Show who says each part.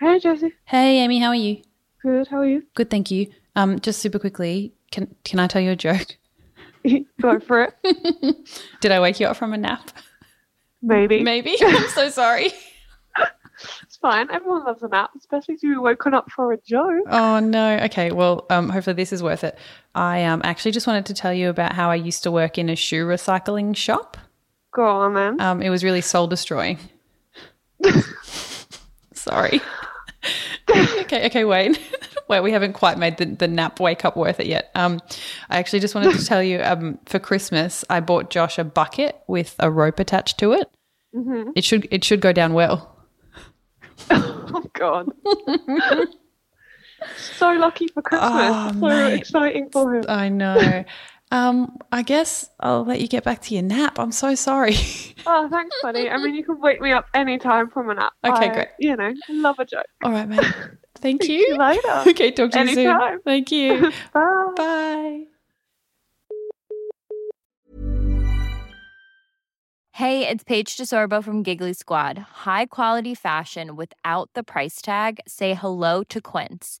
Speaker 1: Hey, Jesse.
Speaker 2: Hey, Amy, how are you?
Speaker 1: Good. How are you?
Speaker 2: Good, thank you. Um, just super quickly, can can I tell you a joke?
Speaker 1: Go for it.
Speaker 2: Did I wake you up from a nap?
Speaker 1: Maybe.
Speaker 2: Maybe. I'm so sorry.
Speaker 1: It's fine. Everyone loves a nap, especially if you're woken up for a joke.
Speaker 2: Oh no. Okay. Well, um, hopefully this is worth it. I um actually just wanted to tell you about how I used to work in a shoe recycling shop.
Speaker 1: Go on then.
Speaker 2: Um, it was really soul destroying. sorry. okay. Okay. Wait. Wait, we haven't quite made the, the nap wake up worth it yet. Um, I actually just wanted to tell you um, for Christmas, I bought Josh a bucket with a rope attached to it.
Speaker 1: hmm
Speaker 2: It should it should go down well.
Speaker 1: Oh, God. so lucky for Christmas.
Speaker 2: Oh,
Speaker 1: so
Speaker 2: mate.
Speaker 1: exciting for him.
Speaker 2: I know. Um, I guess I'll let you get back to your nap. I'm so sorry.
Speaker 1: Oh, thanks, buddy. I mean, you can wake me up any time from a nap.
Speaker 2: Okay,
Speaker 1: I,
Speaker 2: great.
Speaker 1: You know, love a joke.
Speaker 2: All right, mate. Thank
Speaker 1: See you
Speaker 2: you.
Speaker 1: later.
Speaker 2: Okay, talk to you soon.
Speaker 1: Anytime.
Speaker 2: Thank you.
Speaker 1: Bye.
Speaker 2: Bye.
Speaker 3: Hey, it's Paige DeSorbo from Giggly Squad. High quality fashion without the price tag. Say hello to Quince.